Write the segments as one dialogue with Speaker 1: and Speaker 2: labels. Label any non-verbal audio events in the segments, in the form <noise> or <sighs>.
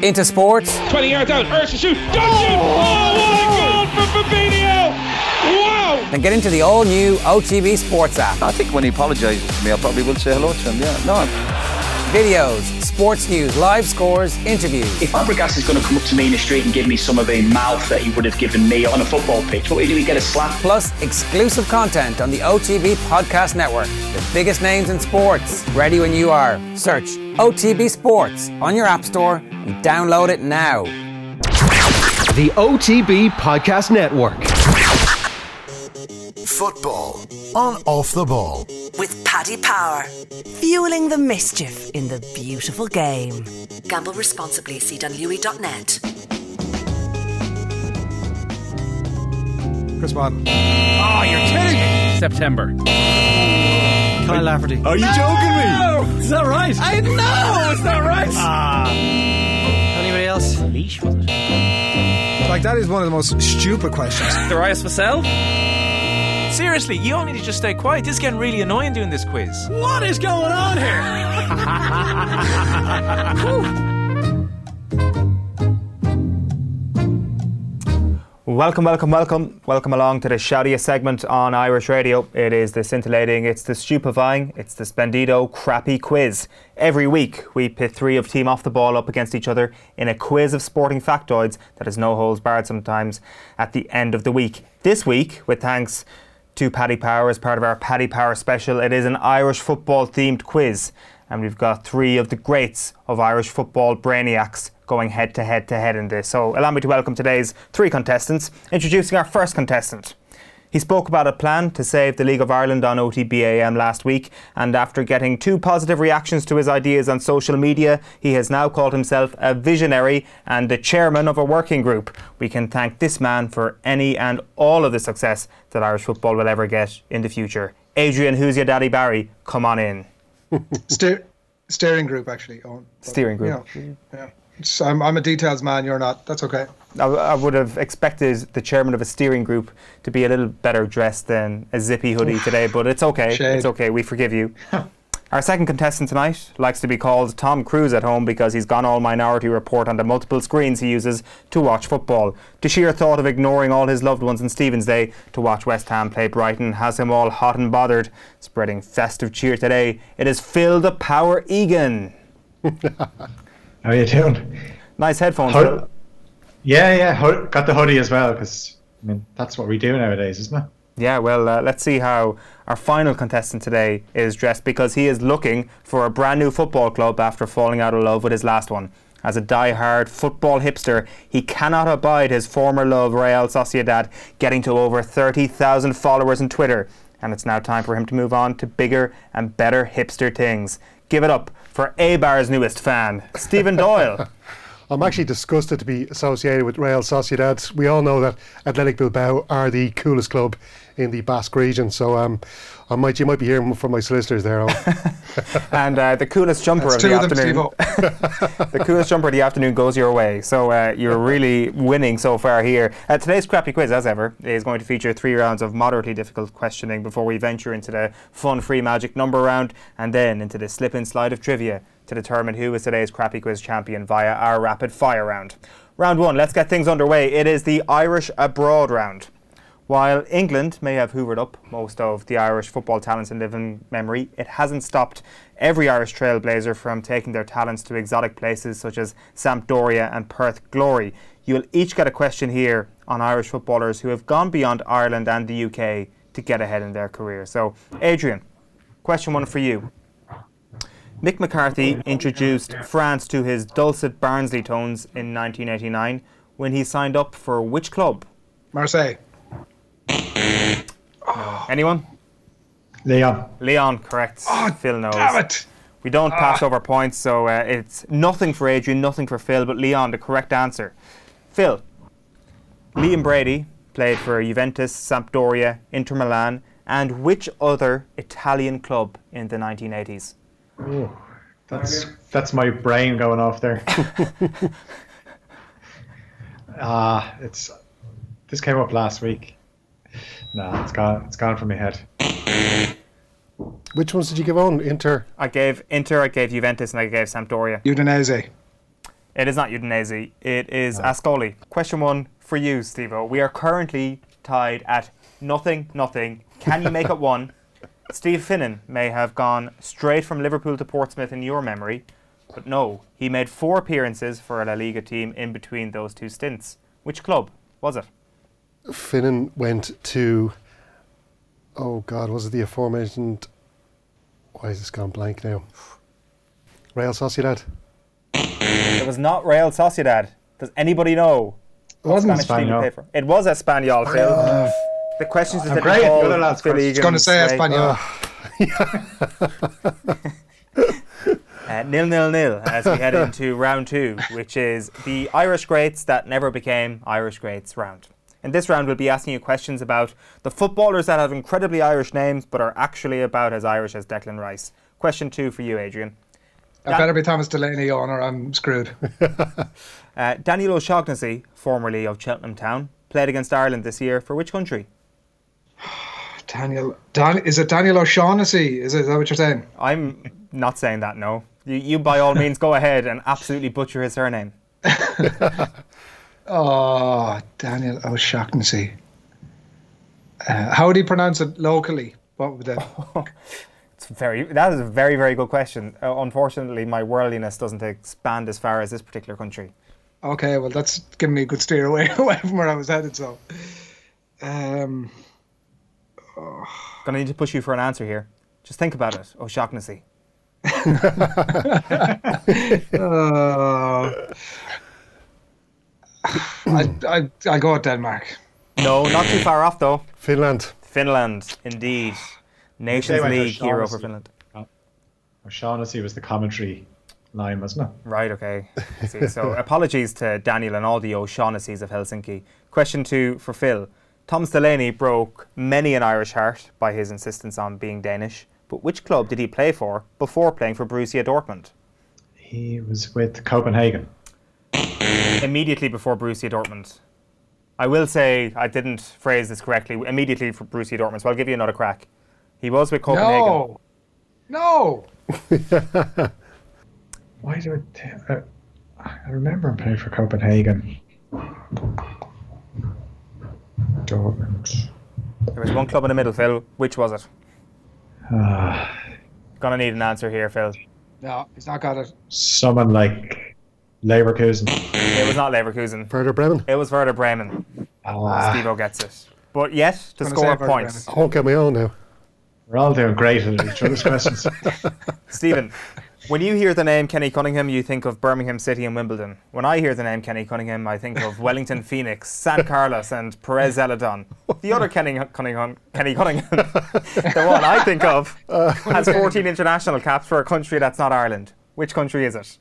Speaker 1: Into sports.
Speaker 2: 20 yards out, Ursh to shoot. Don't shoot! Oh, what a goal for Fabinho! Wow!
Speaker 1: Then get into the all new OTB Sports app.
Speaker 3: I think when he apologises to me, I probably will say hello to him. Yeah, no,
Speaker 1: Videos, sports news, live scores, interviews.
Speaker 4: If Fabregas is going to come up to me in the street and give me some of the mouth that he would have given me on a football pitch, what would he do? He'd get a slap.
Speaker 1: Plus, exclusive content on the OTB Podcast Network. The biggest names in sports. Ready when you are. Search OTB Sports on your App Store and download it now.
Speaker 5: The OTB Podcast Network.
Speaker 6: Football on Off the Ball.
Speaker 7: with Paddy Power, fueling the mischief in the beautiful game. Gamble responsibly. E See Dunlewy.net.
Speaker 8: Chris Watt.
Speaker 9: September.
Speaker 8: Kyle Lafferty.
Speaker 10: Are you joking me?
Speaker 8: Is that right?
Speaker 9: I know it's not right.
Speaker 8: Anybody else?
Speaker 9: Leash was it?
Speaker 8: Like, that is one of the most stupid questions.
Speaker 9: Darius Vassell.
Speaker 11: Seriously, you all need to just stay quiet. This is getting really annoying doing this quiz.
Speaker 9: What is going on here?
Speaker 10: Welcome, welcome, welcome. Welcome along to the shoutiest segment on Irish radio. It is the scintillating, it's the stupefying, it's the spendido crappy quiz. Every week, we pit three of Team Off the Ball up against each other in a quiz of sporting factoids that is no holds barred sometimes at the end of the week. This week, with thanks to Paddy Power as part of our Paddy Power special, it is an Irish football themed quiz. And we've got three of the greats of Irish football brainiacs going head to head to head in this. So allow me to welcome today's three contestants, introducing our first contestant. He spoke about a plan to save the League of Ireland on OTBAM last week, and after getting two positive reactions to his ideas on social media, he has now called himself a visionary and the chairman of a working group. We can thank this man for any and all of the success that Irish football will ever get in the future. Adrian, who's your daddy Barry? Come on in.
Speaker 8: Steer, steering group, actually. Owen. But,
Speaker 10: Steering group.
Speaker 8: You know, yeah. It's- I'm, I'm a details man, you're not. That's okay.
Speaker 10: I, I would have expected the chairman of a steering group to be a little better dressed than a zippy hoodie today, but it's okay.
Speaker 8: Shade.
Speaker 10: It's okay. We forgive you. Our second contestant tonight likes to be called Tom Cruise at home because he's gone all minority report on the multiple screens he uses to watch football. The sheer thought of ignoring all his loved ones on Stephen's Day to watch West Ham play Brighton has him all hot and bothered. Spreading festive cheer today, it is Phil the Power Egan.
Speaker 12: <laughs> How are you doing?
Speaker 10: Nice headphones.
Speaker 12: Hur-
Speaker 10: Phil.
Speaker 12: yeah, yeah. Hur- got the hoodie as well because I mean that's what we do nowadays, isn't it?
Speaker 10: Yeah, well, uh, let's see how our final contestant today is dressed because he is looking for a brand new football club after falling out of love with his last one. As a die-hard football hipster, he cannot abide his former love, Real Sociedad, getting to over 30,000 followers on Twitter. And it's now time for him to move on to bigger and better hipster things. Give it up for A-Bar's newest fan, Stephen Doyle.
Speaker 13: I'm actually disgusted to be associated with Real Sociedad. We all know that Athletic Bilbao are the coolest club in the Basque region, so um, I might you might be hearing from my solicitors there. Owen.
Speaker 10: and uh, the coolest jumper
Speaker 8: It's
Speaker 10: of
Speaker 8: two
Speaker 10: the
Speaker 8: of them,
Speaker 10: afternoon.
Speaker 8: Steve.
Speaker 10: <laughs> the coolest jumper of the afternoon goes your way. So uh,
Speaker 8: <laughs>
Speaker 10: you're really winning so far here. Uh, today's crappy quiz, as ever, is going to feature three rounds of moderately difficult questioning before we venture into the fun, free magic number round and then into the slip and slide of trivia to determine who is today's crappy quiz champion via our rapid fire round. Round one, let's get things underway. It is the Irish Abroad round. While England may have hoovered up most of the Irish football talents in living memory, it hasn't stopped every Irish trailblazer from taking their talents to exotic places such as Sampdoria and Perth Glory. You'll each get a question here on Irish footballers who have gone beyond Ireland and the UK to get ahead in their career. So, Adrian, question one for you. Mick McCarthy introduced France to his dulcet Barnsley tones in 1989 when he signed up for which club?
Speaker 8: Marseille.
Speaker 10: Anyone?
Speaker 12: Leon.
Speaker 10: Leon, correct. Phil knows.
Speaker 8: Ah, Damn it! Ah.
Speaker 10: We don't pass over points, so uh, it's nothing for Adrian, nothing for Phil, but Leon, the correct answer. Phil, Liam Brady played for Juventus, Sampdoria, Inter Milan, and which other Italian club in the 1980s?
Speaker 12: That's that's my brain going off
Speaker 13: <laughs>
Speaker 12: there. Ah, it's this came up last week. Nah, it's gone. It's gone from my head.
Speaker 13: Which ones did you give on? Inter.
Speaker 10: I gave Inter, I gave Juventus, and I gave Sampdoria.
Speaker 8: Udinese.
Speaker 10: It is not Udinese. It is Ascoli. Question one for you, Stevo. We are currently tied at nothing, nothing. Can you make it one? Steve Finnan may have gone straight from Liverpool to Portsmouth in your memory, but no, he made four appearances for a La Liga team in between those two stints. Which club was it?
Speaker 13: Finnan went to. Oh God, was it the aforementioned? Why is this gone blank now? Real Sociedad.
Speaker 10: It was not Real Sociedad. Does anybody know?
Speaker 13: It wasn't Espanyol.
Speaker 10: paper. It was Espanyol, Phil. the questions
Speaker 12: Oh, I'm
Speaker 10: that
Speaker 12: great.
Speaker 10: involve
Speaker 12: Good lads,
Speaker 10: Phil
Speaker 12: guys.
Speaker 10: Egan's
Speaker 12: Gonna say
Speaker 10: way.
Speaker 12: Espanyol.
Speaker 13: Ah,
Speaker 10: Uh, nil nil nil as
Speaker 8: <laughs>
Speaker 10: we head into round two, which is the Irish greats that never became Irish greats round. In this round, we'll be asking you questions about the footballers that have incredibly Irish names but are actually about as Irish as Declan Rice. Question two for you, Adrian.
Speaker 8: I better be Thomas Delaney on, or I'm screwed.
Speaker 10: <laughs> Uh, Daniel O'Shaughnessy, formerly of Cheltenham Town, played against Ireland this year for which country?
Speaker 8: Daniel, Dan, is it Daniel O'Shaughnessy? Is, it, is that what you're saying?
Speaker 10: I'm not saying that, no. You, you by all means, go ahead and absolutely butcher
Speaker 8: <laughs>
Speaker 10: his surname.
Speaker 8: Oh, Daniel O'Shaughnessy. Uh, how do you pronounce it locally? What would that?
Speaker 10: <laughs> It's very. That is a very, very good question. Uh, unfortunately, my worldliness doesn't expand as far as this particular country.
Speaker 8: Okay, well, that's giving me a good steer away, <laughs> away from where I was headed. So, um,
Speaker 10: Gonna need to push you for an answer here. Just think about it,
Speaker 8: <laughs>
Speaker 10: Oh, O'Shaughnessy.
Speaker 8: uh, I, I, I'll go with Denmark.
Speaker 10: No, not too far off though.
Speaker 13: Finland.
Speaker 10: Finland,
Speaker 12: <sighs>
Speaker 10: indeed.
Speaker 12: They
Speaker 10: Nations
Speaker 12: went
Speaker 10: League hero for
Speaker 12: O'Shaughnessy.
Speaker 10: Finland.
Speaker 12: O'Shaughnessy was the commentary line, wasn't it?
Speaker 10: Right,
Speaker 12: <laughs>
Speaker 10: okay. I see. So apologies to Daniel and all the O'Shaughnessy's of Helsinki. Question two for Phil. Thomas Delaney broke many an Irish heart by his insistence on being Danish, but which club did he play for before playing for Borussia Dortmund?
Speaker 12: He was with Copenhagen.
Speaker 10: immediately before Borussia Dortmund. I will say I didn't phrase this correctly. Immediately for Borussia Dortmund, so I'll give you another crack. He was with Copenhagen.
Speaker 8: No, no.
Speaker 12: Why do it? Uh, I remember him playing for Copenhagen. Dortmund.
Speaker 10: There was one club in the middle, Phil. Which was it?
Speaker 12: Ah,
Speaker 10: Gonna need an answer here, Phil.
Speaker 8: No, he's not got it.
Speaker 12: someone like Leverkusen.
Speaker 10: It was not Leverkusen.
Speaker 13: Werder Bremen.
Speaker 10: It was Werder Bremen.
Speaker 12: Ah,
Speaker 10: Stevo gets it. But yes, to
Speaker 8: Gonna
Speaker 10: score
Speaker 8: say
Speaker 10: a
Speaker 8: Werder
Speaker 10: point.
Speaker 8: Bremen.
Speaker 13: I won't get my own now.
Speaker 12: we're all doing great at
Speaker 2: <laughs>
Speaker 12: each other's questions.
Speaker 8: <laughs>
Speaker 10: Stephen, when you hear the name Kenny Cunningham, you think of Birmingham City and Wimbledon. When I hear the name Kenny Cunningham, I think of Wellington Phoenix, San Carlos, and Perez Zeladon. The other Kenny Cunningham, Kenny Cunningham, <laughs> the one I think of, has 14 international caps for a country that's not Ireland. Which country is it?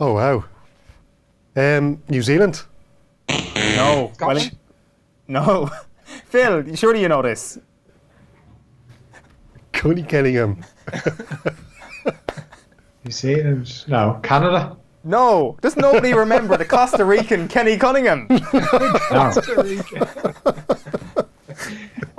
Speaker 13: Oh wow. Um, New Zealand. <laughs>
Speaker 10: No.
Speaker 8: Scotland?
Speaker 10: No. Phil, surely you know this.
Speaker 13: Coney Kenningham.
Speaker 12: New Zealand? No, Canada.
Speaker 10: No. Does nobody remember the Costa Rican Kenny Cunningham?
Speaker 12: No.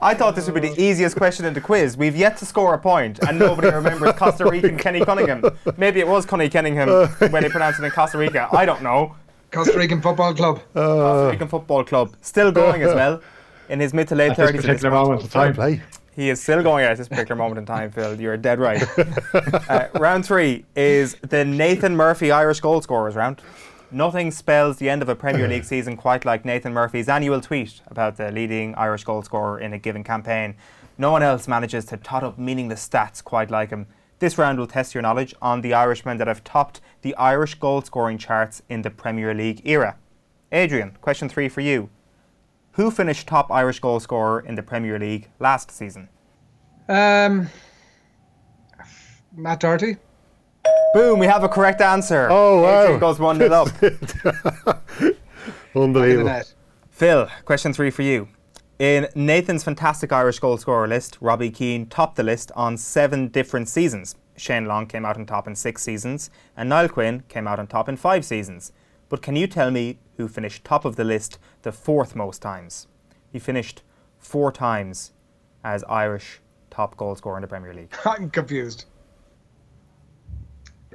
Speaker 10: I thought this would be the easiest question in the quiz. We've yet to score a point, and nobody remembers Costa Rican Kenny Cunningham. Maybe it was Connie Cunningham when they pronounced it in Costa Rica. I don't know.
Speaker 8: Costa Rican Football Club.
Speaker 10: Costa Rican Football Club. Still going as well. In his mid to late
Speaker 12: At this
Speaker 10: 30s. at this
Speaker 12: particular
Speaker 10: point.
Speaker 12: moment of time.
Speaker 13: Play.
Speaker 10: He is still going at this particular moment in time, Phil. You're dead right. uh, round three is the Nathan Murphy Irish goal scorers round. Nothing spells the end of a Premier League season quite like Nathan Murphy's annual tweet about the leading Irish goal scorer in a given campaign. No one else manages to tot up meaningless stats quite like him. This round will test your knowledge on the Irishmen that have topped the Irish goal scoring charts in the Premier League era. Adrian, question three for you. Who finished top Irish goal scorer in the Premier League last season?
Speaker 8: Um, Matt Doherty.
Speaker 10: Boom, we have a correct answer.
Speaker 13: Oh, wow.
Speaker 10: Adrian goes 1 0
Speaker 13: <laughs>
Speaker 10: up.
Speaker 8: In the
Speaker 13: Unbelievable.
Speaker 8: net.
Speaker 10: Phil, question three for you. In Nathan's fantastic Irish goal scorer list, Robbie Keane topped the list on seven different seasons. Shane Long came out on top in six seasons, and Niall Quinn came out on top in five seasons. But can you tell me who finished top of the list the fourth most times? He finished four times as Irish top goal scorer in the Premier League.
Speaker 8: I'm confused.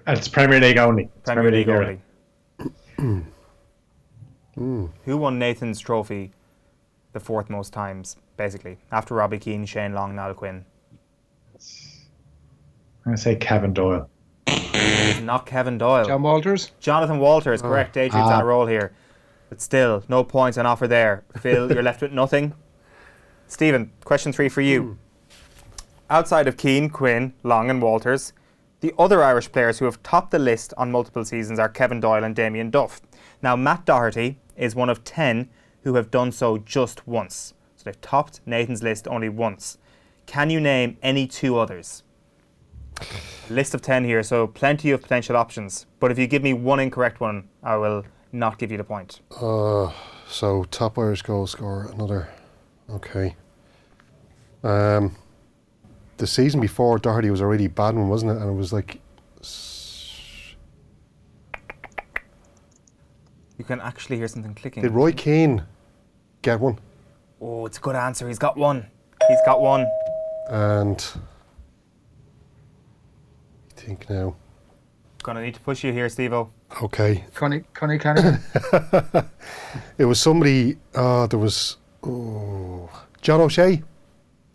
Speaker 12: And it's Premier League only. It's
Speaker 10: Premier League Mm.
Speaker 12: era.
Speaker 10: only. Who won Nathan's trophy the fourth most times, basically, after Robbie Keane, Shane Long, Niall Quinn?
Speaker 12: I'm going to say Kevin Doyle.
Speaker 10: It's Not Kevin Doyle. John
Speaker 8: Walters?
Speaker 10: Jonathan Walters,
Speaker 12: Oh.
Speaker 10: correct. Adrian's
Speaker 12: Ah.
Speaker 10: on a roll here. But still, no points on offer there. Phil, you're left with nothing. Stephen, question three for you. Outside of Keane, Quinn, Long, and Walters, the other Irish players who have topped the list on multiple seasons are Kevin Doyle and Damien Duff. Now, Matt Doherty is one of 10 who have done so just once. So they've topped Nathan's list only once. Can you name any two others? List of 10 here, so plenty of potential options. But if you give me one incorrect one, I will not give you the point.
Speaker 13: Uh, so top Irish goal scorer, another. Okay. Um, the season before Doherty was a really bad one, wasn't it? And it was like,
Speaker 10: You can actually hear something clicking.
Speaker 13: did Roy Keane get one?
Speaker 10: Oh, it's a good answer. He's got one. He's got one.
Speaker 13: And I think now.
Speaker 10: Gonna need to push you here, Steve O.
Speaker 13: Okay,
Speaker 8: Connie, Connie <laughs> Cunningham.
Speaker 13: it was somebody. Uh, there was oh, John O'Shea.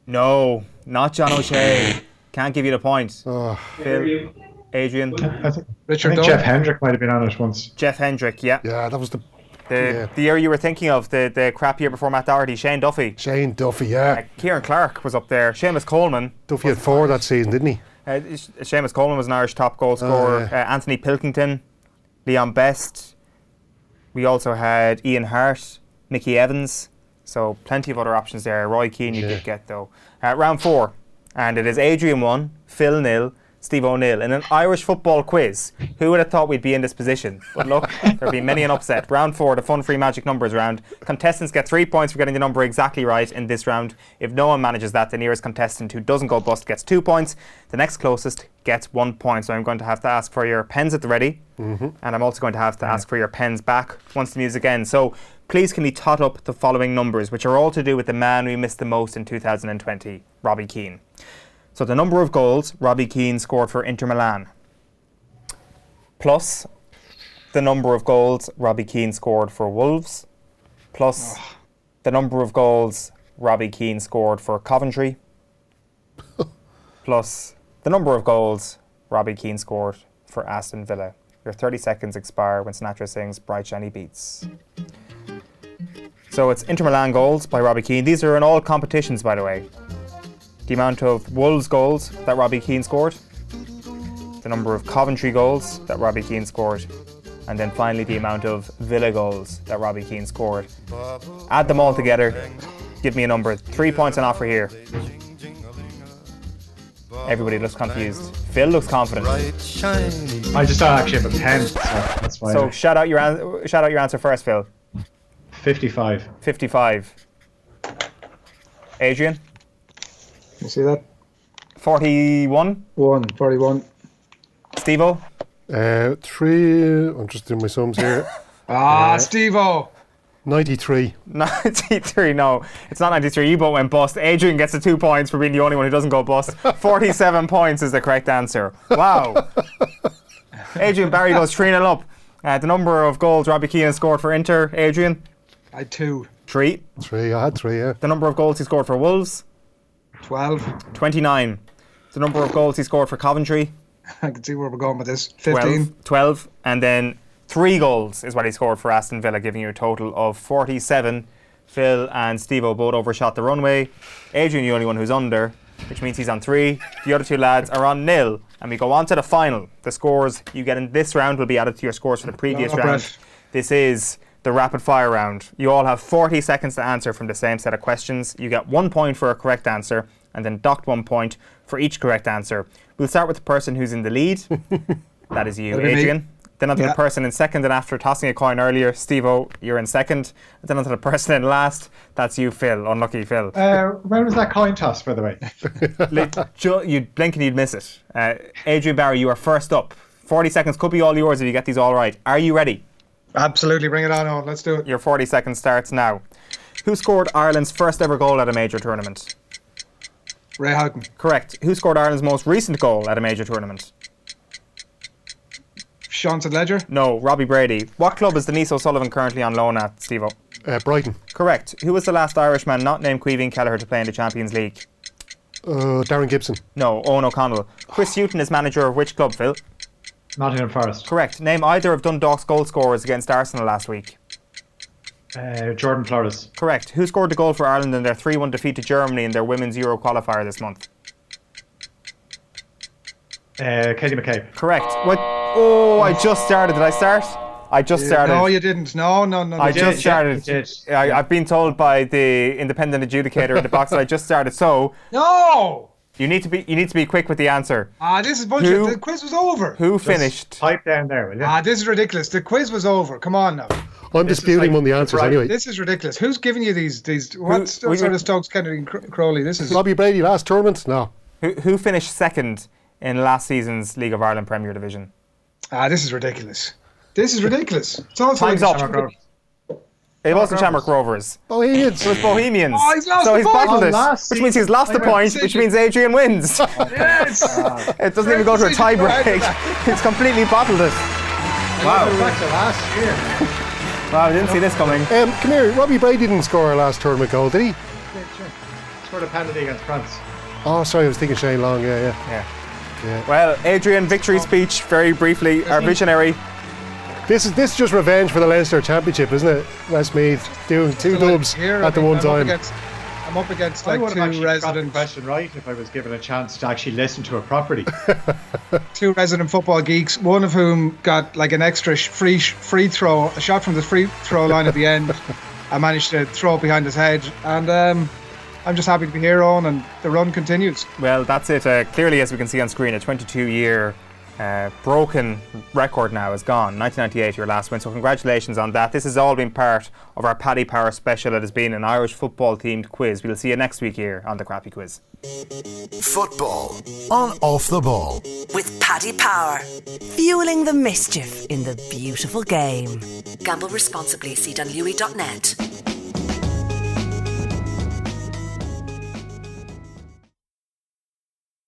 Speaker 10: No, not John O'Shea. Can't give you the point. Phil, Adrian.
Speaker 12: I think Jeff Hendrick might have been on it once.
Speaker 10: Jeff Hendrick, yeah.
Speaker 13: Yeah, that was the.
Speaker 10: The, year you were thinking of, the, the crap year before Matt Doherty, Shane Duffy. Uh,
Speaker 13: Shane Duffy, yeah.
Speaker 10: Kieran Clark was up there. Seamus Coleman.
Speaker 13: Duffy had four that season, didn't he?
Speaker 10: Uh, Sh- Seamus Coleman was an Irish top goal scorer. uh, Anthony Pilkington, Leon Best. We also had Ian Hart, Mickey Evans. So plenty of other options there. Roy Keane you did get though. Uh, round four, and it is Adrian one, Phil nil, Steve O'Neill in an Irish football quiz. Who would have thought we'd be in this position? But look, there'll be many an upset. Round four, the fun-free magic numbers round. Contestants get three points for getting the number exactly right in this round. If no one manages that, the nearest contestant who doesn't go bust gets two points. The next closest gets one point. So I'm going to have to ask for your pens at the ready.
Speaker 13: Mhm.
Speaker 10: And I'm also going to have to ask for your pens back once the music ends. So please can we tot up the following numbers, which are all to do with the man we missed the most in 2020, Robbie Keane. So the number of goals Robbie Keane scored for Inter Milan, plus the number of goals Robbie Keane scored for Wolves, plus the number of goals Robbie Keane scored for Coventry, plus the number of goals Robbie Keane scored for Aston Villa. Your 30 seconds expire when Sinatra sings Bright Shiny Beats. So it's Inter Milan goals by Robbie Keane. These are in all competitions, by the way. The amount of Wolves goals that Robbie Keane scored, the number of Coventry goals that Robbie Keane scored, and then finally the amount of Villa goals that Robbie Keane scored. Add them all together, give me a number. Three points on offer here. Everybody looks confused. Phil looks confident.
Speaker 12: I just don't actually have a pen, so that's why.
Speaker 10: So shout out your an- shout out your answer first, Phil.
Speaker 12: 55.
Speaker 10: 55. Adrian,
Speaker 8: You see that?
Speaker 10: 41.
Speaker 8: 1, 41.
Speaker 10: Steve <laughs> O.
Speaker 13: Uh, three. I'm just doing my sums here.
Speaker 8: Ah,
Speaker 13: Uh,
Speaker 8: Steve O.
Speaker 13: 93.
Speaker 10: 93. No, it's not 93. You both went bust. Adrian gets the two points for being the only one who doesn't go bust. 47 points is the correct answer. Wow. Adrian Barry goes 3 0 up. Uh, the number of goals Robbie Keane scored for Inter, Adrian?
Speaker 8: I had two.
Speaker 10: Three.
Speaker 13: Three. I had three, yeah.
Speaker 10: The number of goals he scored for Wolves?
Speaker 8: 12.
Speaker 10: 29. The number of goals he scored for Coventry?
Speaker 8: I can see where we're going with this. 15.
Speaker 10: 12, 12, and then three goals is what he scored for Aston Villa, giving you a total of 47. Phil and Steve O both overshot the runway. Adrian, the only one who's under, which means he's on three. The other two lads are on nil, and we go on to the final. The scores you get in this round will be added to your scores for the previous
Speaker 8: Oh,
Speaker 10: round.
Speaker 8: breath.
Speaker 10: This is the rapid fire round. You all have 40 seconds to answer from the same set of questions. You get one point for a correct answer and then docked one point for each correct answer. We'll start with the person who's in the lead. that is you,
Speaker 11: That'll be me.
Speaker 10: Adrian. Then onto
Speaker 11: Yeah.
Speaker 10: the person in second, and after tossing a coin earlier, Steve O, you're in second. Then onto the person in last, that's you, Phil. Unlucky Phil.
Speaker 12: Uh, when was that coin toss, by the
Speaker 10: <laughs>
Speaker 12: way?
Speaker 10: Lit- ju- you'd blink and you'd miss it. Uh, Adrian Barry, you are first up. 40 seconds could be all yours if you get these all right. Are you ready?
Speaker 8: Absolutely, bring it on, on. Let's do it.
Speaker 10: Your 40 seconds starts now. Who scored Ireland's first ever goal at a major tournament?
Speaker 8: Ray Houghton.
Speaker 10: Correct. Who scored Ireland's most recent goal at a major tournament?
Speaker 8: Johnson Ledger?
Speaker 10: No, Robbie Brady. What club is Denise O'Sullivan currently on loan at, Steve
Speaker 13: Uh, Brighton.
Speaker 10: Correct. Who was the last Irishman not named Queeveen Kelleher to play in the Champions League?
Speaker 13: Uh, Darren Gibson.
Speaker 10: No, Owen O'Connell. Chris Hutton is manager of which club, Phil?
Speaker 12: Nottingham Forest.
Speaker 10: Correct. Name either of Dundalk's goal scorers against Arsenal last week.
Speaker 12: Uh, Jordan Flores.
Speaker 10: Correct. Who scored the goal for Ireland in their 3 1 defeat to Germany in their Women's Euro qualifier this month?
Speaker 12: Uh, Katie McCabe.
Speaker 10: Correct. What? Oh, I just started. Did I start? I just started.
Speaker 8: No, you didn't. No, no, no.
Speaker 10: I
Speaker 8: no.
Speaker 10: just started. I, I've been told by the independent adjudicator in the box that I just started. So
Speaker 8: No!
Speaker 10: you need to be you need to be quick with the answer.
Speaker 8: Ah, this is bullshit.
Speaker 10: Who-
Speaker 8: The quiz was over.
Speaker 10: Who finished?
Speaker 12: Type down there, will you?
Speaker 8: Ah, this is ridiculous. The quiz was over. Come on now.
Speaker 13: I'm disputing one of the answers anyway.
Speaker 8: This is ridiculous. Who's giving you these? These what
Speaker 10: we-
Speaker 8: sort of Stokes Kennedy and Cro- Crowley? This is
Speaker 13: Robbie Brady last tournament? No.
Speaker 10: Who, who finished second in last season's League of Ireland Premier Division?
Speaker 8: ah, this is ridiculous. This is ridiculous. It's all
Speaker 10: Time's up. It wasn't Shamrock
Speaker 8: Shamrock
Speaker 10: Rovers.
Speaker 13: Bohemians.
Speaker 10: It was Bohemians.
Speaker 8: Oh, he's lost
Speaker 10: so
Speaker 8: the
Speaker 10: he's
Speaker 8: point.
Speaker 10: bottled
Speaker 8: Oh,
Speaker 10: it,
Speaker 8: last
Speaker 10: which means he's
Speaker 8: season.
Speaker 10: lost the
Speaker 8: Great
Speaker 10: point, which
Speaker 8: decision.
Speaker 10: means Adrian
Speaker 8: <laughs>
Speaker 10: wins.
Speaker 8: Yes.
Speaker 10: <laughs> it doesn't even go to a tie break. <laughs> He's completely bottled it. Wow.
Speaker 8: Back to last year.
Speaker 10: Wow, I didn't see this coming.
Speaker 13: Um, come here, Robbie Brady didn't score our last tournament goal, did he?
Speaker 12: Scored a penalty against France.
Speaker 13: Oh, sorry, I was thinking Shane Long. Yeah, yeah.
Speaker 10: Well, Adrian, victory speech, very briefly, our visionary.
Speaker 13: This is this is just revenge for the Leinster Championship, isn't it? Westmeath doing two dubs
Speaker 8: Here, I
Speaker 13: at the
Speaker 8: mean,
Speaker 13: one
Speaker 8: I'm Up
Speaker 13: time.
Speaker 8: against, I'm up against
Speaker 12: I
Speaker 8: like
Speaker 12: would have
Speaker 8: two
Speaker 12: actually got the
Speaker 8: resident,
Speaker 12: question right if I was given a chance to actually listen to it properly.
Speaker 8: <laughs> two resident football geeks. One of whom got like an extra sh- free sh- free throw, a shot from the free throw line at the end. I managed to throw it behind his head, and um, I'm just happy to be here on. And the run continues.
Speaker 10: Well, that's it. Uh, clearly, as we can see on screen, a 22 year uh, broken record now is gone. 1998, your last win. So, congratulations on that. This has all been part of our Paddy Power special. It has been an Irish football themed quiz. We'll see you next week here on the Crappy Quiz.
Speaker 6: Football on off the ball.
Speaker 7: With Paddy Power. Fueling the mischief in the beautiful game. Gamble responsibly. See E net.